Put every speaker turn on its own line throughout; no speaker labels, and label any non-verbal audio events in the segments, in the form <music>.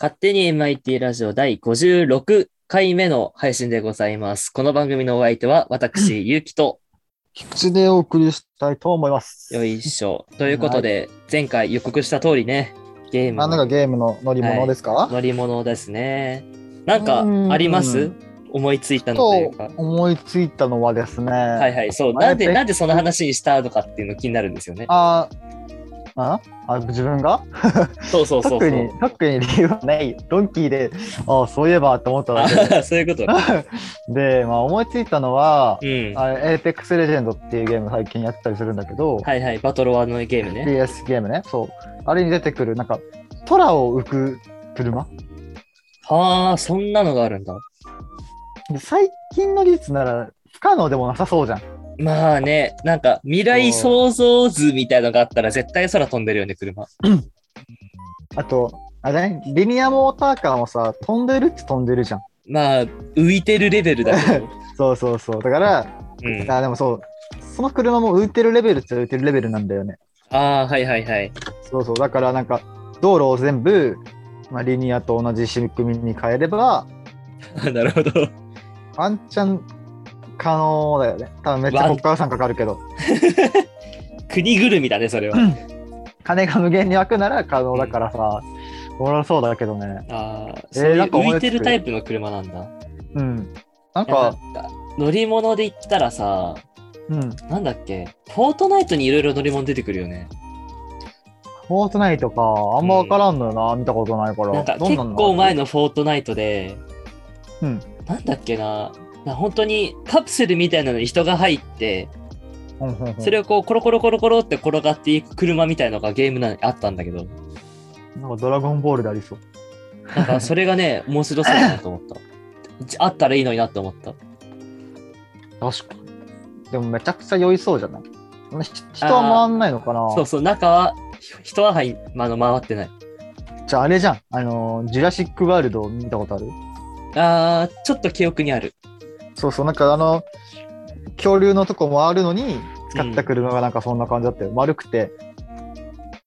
勝手に MIT ラジオ第56回目の配信でございます。この番組のお相手は私、ゆうきと、
菊池でお送りしたいと思います。
よいしょ。ということで、前回予告した通りね、ゲーム
あ、なんか
の
ゲームの乗り物ですか、
乗り物ですね。なんかあります思いついたのというか
と。思いついたのはですね。
はいはい、そう。
前
なんで、
別
なんでその話にしたのかっていうの気になるんですよね。
あああ自分が
そうそうそう
特に特に理由はないドンキーであそういえばって思っただけで
<laughs> そう。そういうこと。
<laughs> で、まあ、思いついたのは
うん。
あれエーペックスレジェンドっていうゲーム最近やってたりするんだけど、
はいはい、バトロワのゲームね。
DS ゲームねそうあれに出てくるなんか空を浮く車
はあ、そんなのがあるんだ。
で最近の技術なら不可能でもなさそうじゃん
まあね、なんか未来想像図みたいのがあったら絶対空飛んでるよね、車。
あと、あれね、リニアモーターカーもさ、飛んでるって飛んでるじゃん。
まあ、浮いてるレベルだ
<laughs>
けど。
そうそうそう。だから、
うん、あ
あでもそう、その車も浮いてるレベルっちゃ浮いてるレベルなんだよね。
あー、はいはいはい。
そうそう。だからなんか、道路を全部、まあ、リニアと同じ仕組みに変えれば、
なるほど。
ワンチャン可能だよね。多分めっちゃ国家予算かかるけど、
国ぐるみだね、それは。
金が無限に湧くなら可能だからさ、おもろそうだけどね。
ああ、
えー
そういう
なんか思
浮
いつく
いてるタイプの車なんだ。
うん。なん
いやな
か、
んか乗り物で言ったらさ、
うん。
なんだっけ、フォートナイトにいろいろ乗り物出てくるよね。
フォートナイトか、あんまわからんのよな、見たことないから。
なんか
ど
結
なの
構前のフォートナイトで、
うん。
なんだっけな、な本当にカプセルみたいなのに人が入って、
うんうんうん
それをこうコロコロコロコロって転がっていく車みたいのがゲームなのにあったんだけど、
なんかドラゴンボールでありそう。
なんかそれがね、面白そうだなと思ったじ。あったらいいのになって思った。
確かに。でもめちゃくちゃ酔いそうじゃないひ人は回んないのかな
そうそう、中はひ人は入んまあの回ってない。
じゃああれじゃん。あのー、ジュラシックワールド見たことある
あー、ちょっと記憶にある。
そうそう、なんかあの、恐竜のとこ回るのに使った車がなんかそんな感じだったよ。丸くて。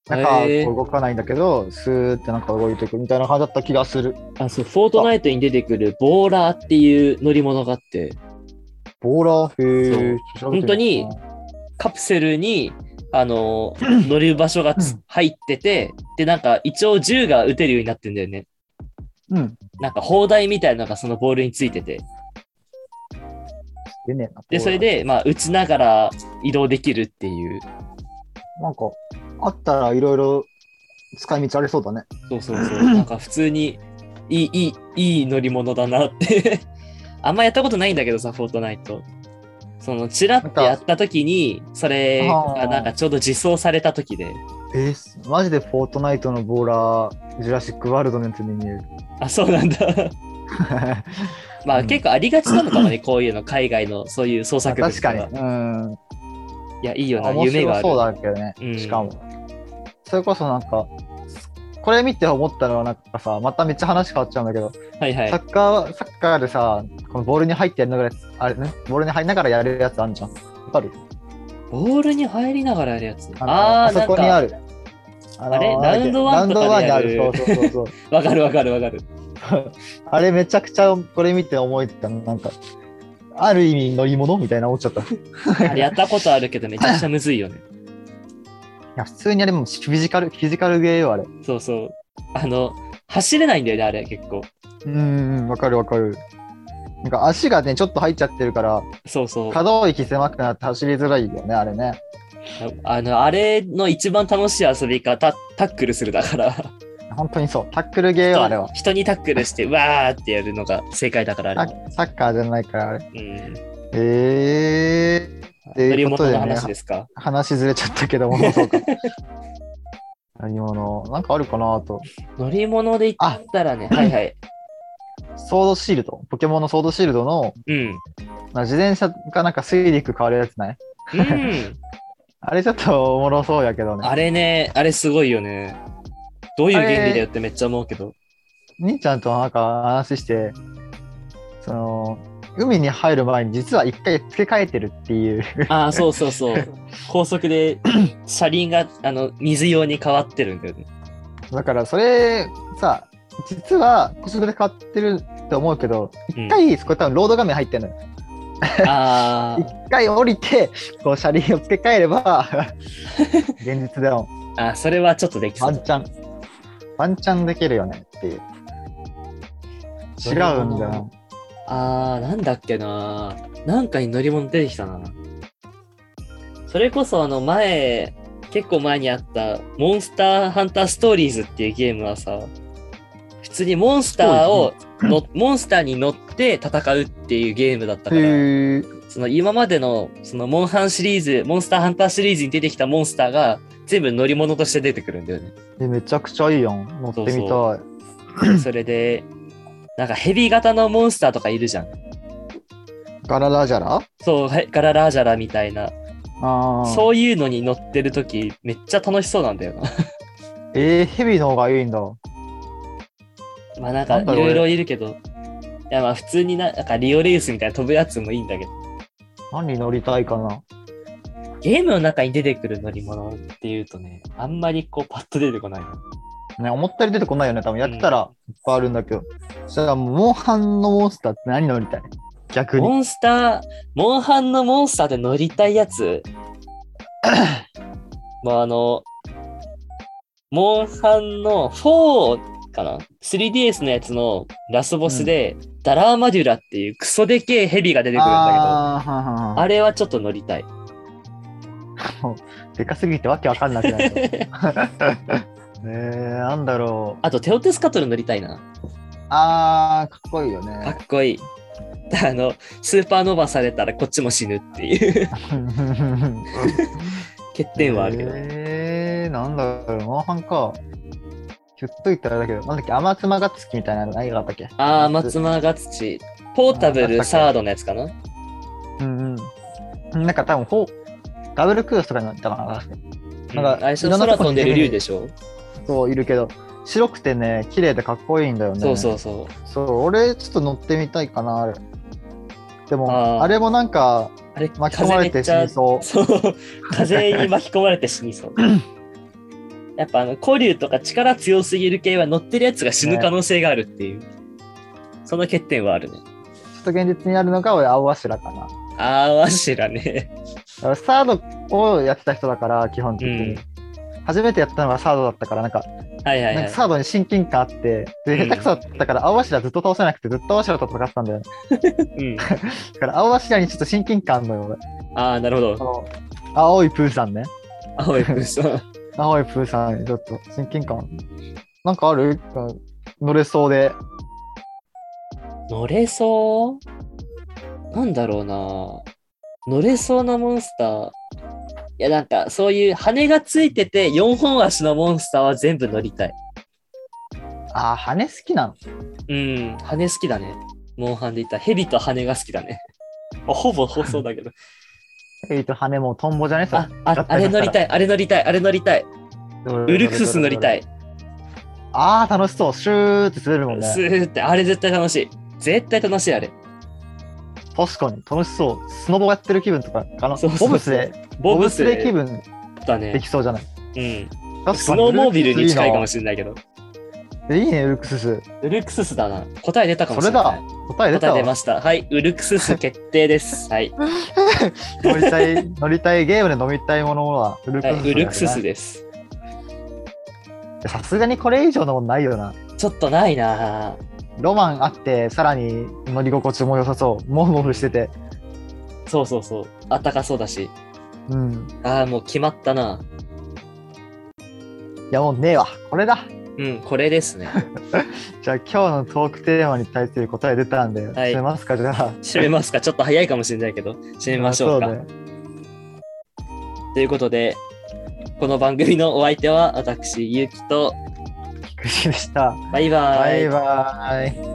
なんか
へー
こう動かないんだけど、スーってなんか動いていくみたいな感じだった気がする。
あ、そう、フォートナイトに出てくるボーラーっていう乗り物があって、
ボーラー、へえ。
そう本当にカプセルに、あ
<clears throat>
のー乗る場所がつ
うん
入ってて、で、なんか一応銃が撃てるようになってんだよね。
うん。
なんか砲台みたいなのがそのボールについてて。
出ねえな。
で、それで、まあ、打ちながら移動できるっていう。
なんか、あったらいろいろ使い道ありそうだね。
そうそう <laughs> そう。なんか普通に、いい、いい、いい乗り物だなって。 <laughs> あんまやったことないんだけどさ、フォートナイト。その、チラってやった時に、それが
あー
なんかちょうど実装された時で。
えーすマジでフォートナイトのボーラー、ジュラシックワールドのやつに
<laughs>
見える。
あ、そうなんだ。 <laughs> まあ
うん
結構ありがちなのかもね、こういうの、海外のそういう創作物
確
と
かに。うん。
いや、いいよな、
面
夢があ
白
る
そう。だけどね、
うん
しかも。それこそなんか、これ見て思ったのはなんかさ、まためっちゃ話変わっちゃうんだけど、
はいは
サ
い。
ッカー、サッカーでさ、このボールに入ってやりながらやつ、あれね、ボールに入りながらやるやつあるじゃん。わかる
ボールに入りながらやるやつ。
の
あ
あ
ー、な
そ
んか
こにある。あの
あれラウンドワンとかで
ラウンドワ
やる
ンにある。そうそうそうそう。
わかるわかるわか <laughs> る。
あれめちゃくちゃこれ見て思いついたのなんか、ある意味乗り物みたいな思っちゃった。い
あれやったことあるけど、めちゃくちゃむずいよね。
や、普通にあれもうフィジカル、フィジカルゲーよ、あれ。う
そうそう。あの、走れないんだよね、あれ、結構。
ーん、わかるわかる。なんか足がね、ちょっと入っちゃってるから、
そうそう。
可動域狭くなって走りづらいよね、あれね。
あの、あれの一番楽しい遊びがタタックルするだから。
本当にそう。タックルゲーよ、あれは
人。人にタックルして、わーってやるのが正解だから、あれ。
ササッカーじゃないから、あれ。
うん。
えと
乗
い
り
うこと
物
でね
の話ですか。
ー、話ずれちゃったけども、 <laughs> そうか。乗り物、なんかあるかなと。
乗り物で言ったらね、はいはい。
ソードシールド、ポケモンのソードシールドの、
うん。
まあ自転車がなんか水陸変わるやつない <laughs>
うん。
あれちょっとおもろそうやけどね。
あれね、あれすごいよね。どういう原理だよってめっちゃ思うけど。
兄ちゃんとなんか話して、その、海に入る前に実は一回付け替えてるっていう。 <laughs>
ああ、そうそうそう。高速で車輪があの水用に変わってるんだよね。
だからそれさ、実は、コスプレ買ってるって思うけど、
うん
一回、そこ多分ロード画面入ってるのよ。
あー
一回降りて、こう車輪を付け替えれば、 <laughs> 現実だよ。
あ、それはちょっとできそ
ワ
う
ン。チャン。ワンチャンできるよねっていう。違うんだよ。
あー、なんだっけな。なんかに乗り物出てきたな。それこそ、あの、前、結構前にあった、モンスターハンターストーリーズっていうゲームはさ、普通にモンスターを <laughs> の、モンスターに乗って戦うっていうゲームだったから、
へえ。
その今までの、その、モンハンシリーズ、モンスターハンターシリーズに出てきたモンスターが、全部乗り物として出てくるんだよね。
えめちゃくちゃいいやん。乗ってみたい。
そうそ <laughs> それで、なんかヘビ型のモンスターとかいるじゃん。
ガララジャラ
そう、はいガララージャラみたいな、
ああ。
そういうのに乗ってるとき、めっちゃ楽しそうなんだよな。 <laughs>
えー、ヘビの方がいいんだ。
まあなんか、
ないんだろう
ろ
ね
いろいるけど、いやまあ普通にななんかリオレースみたいな飛ぶやつもいいんだけど、
何乗りたいかな。
ゲームの中に出てくる乗り物っていうとね、あんまりこうパッと出てこないな。
ね、思ったより出てこないよね。多分やってたらいっぱいあるんだけど。そしたら、モンハンのモンスターって何乗りたい逆に。
モンスター、モンハンのモンスターで乗りたいや
<clears throat>
つ、まああの、モンハンの4かな ?3DS のやつのラスボスで、ダラーマデュラっていうクソでけえヘビが出てくるんだけど、
あーはんはんは
あれはちょっと乗りたい。
んで <laughs> かすぎてわけわかんなくな
<laughs>
<laughs> る。えー、なんだろう。
あと、テオテスカトル乗りたいな。
あー、かっこいいよ
かっ
ね。
こいい。あの、スーパーノバされたらこっちも死ぬっていう欠点はあるけど。
<laughs> えー、なんだろう。モンハンか。ひょっといたらあれだけど、なんだっけ、天妻がつきみたいなの何があったっけ
あー、松間が土。ポータブルサードのやつかな
うんうん。なんか多分ほう、ダブルクースとかになったかな。
うん
なんか
あれ、そ
い
の
ろん
空
なとこ
飛ん
に
で
出
る
る
竜でしょ
そういるけど、白くてね、綺麗でかっこいいんだよね。
そうそうそ
そう、俺ちょっと乗ってみたいかな、あれ。でも、
あー
あれもなんか
う。あれ、
巻き込まれて死にそう。
そう。風に巻き込まれて死に
<laughs>
そう。やっぱあの、古竜とか力強すぎる系は乗ってるやつが死ぬ可能性があるっていう。その欠点はあるね。
ちょっと現実にあるのが俺、青柱かな。
あー、わしらね。
俺サードをやってた人だから、基本的に。
うん
初めてやったのがサードだったから、なんか、
はいはい
な
はい。
んかサードに親近感あって、で、
うん
下手くそだったから、青柱ずっと倒せなくて、ずっと青柱と戦ってたんだよね。
うん、
だから、青柱にちょっと親近感あんのよ、俺。
ああ、なるほ
<laughs> こ
ど。
の、青いプーさんね。
青い風さん。
青いプーさん、ちょっと親近感。なんかある乗れそうで。
乗れそうなんだろうな。乗れそうなモンスター。いや、なんか、そういう羽がついてて4本足のモンスターは全部乗りたい。
あー、羽好きなの
うん、羽好きだね。モンハンで言ったら、蛇と羽が好きだね。あほぼ放送だけど。
ヘビと羽もトンボじゃね
<laughs>
え
あ、ああれ乗りたい、あれ乗りたい、あれ乗りたい。ウルクスス乗りた
い。
い。
あー、楽しそう。シューって滑るもん
ス
ね。
ーって、あれ絶対楽しい。絶対楽しい、あれ。
確かに楽しそう。スノボやってる気分とか、あの
そうそうそう
ボブスで、
ボブス
ボブスで気
で
分
だ
で
ね
き。そうじゃない。
うん。
確かに
スノーモービルに近いかも
し
しれないけど。
れない。いいね、ウルクスス。
ウルクススだな。答え出たか
そ
もしれ
れ
な
だ
い。。
答え出
答
た
え出
わ
ま。した。はい、ウルクスス決定 <laughs> です。はい、は
乗りたい、乗りたい、ゲームで飲みたいものはウルクススだよ
い
ね。
ウルクススです。
さすがにこれ以上のもんないよな。
ちょっとないなぁ
ロマンあって、さらに乗り心地も良さそう。モフモフしてて。
そうそうそう。あったかそうだし。
うん。
ああ、もう決まったなぁ
いや、もうねえわ。これだ。
うん、これです <laughs> ね。
じゃあ今日のトークテーマに対する答え出たんで、
はい
締めますか、じゃあ。
締めますかちょっと早いかもしれないけど、締めましょうか。
あそうね
ということで、この番組のお相手は私、ゆうきと、
菊池でした。
バイバ
バ
イ
イ。バイ。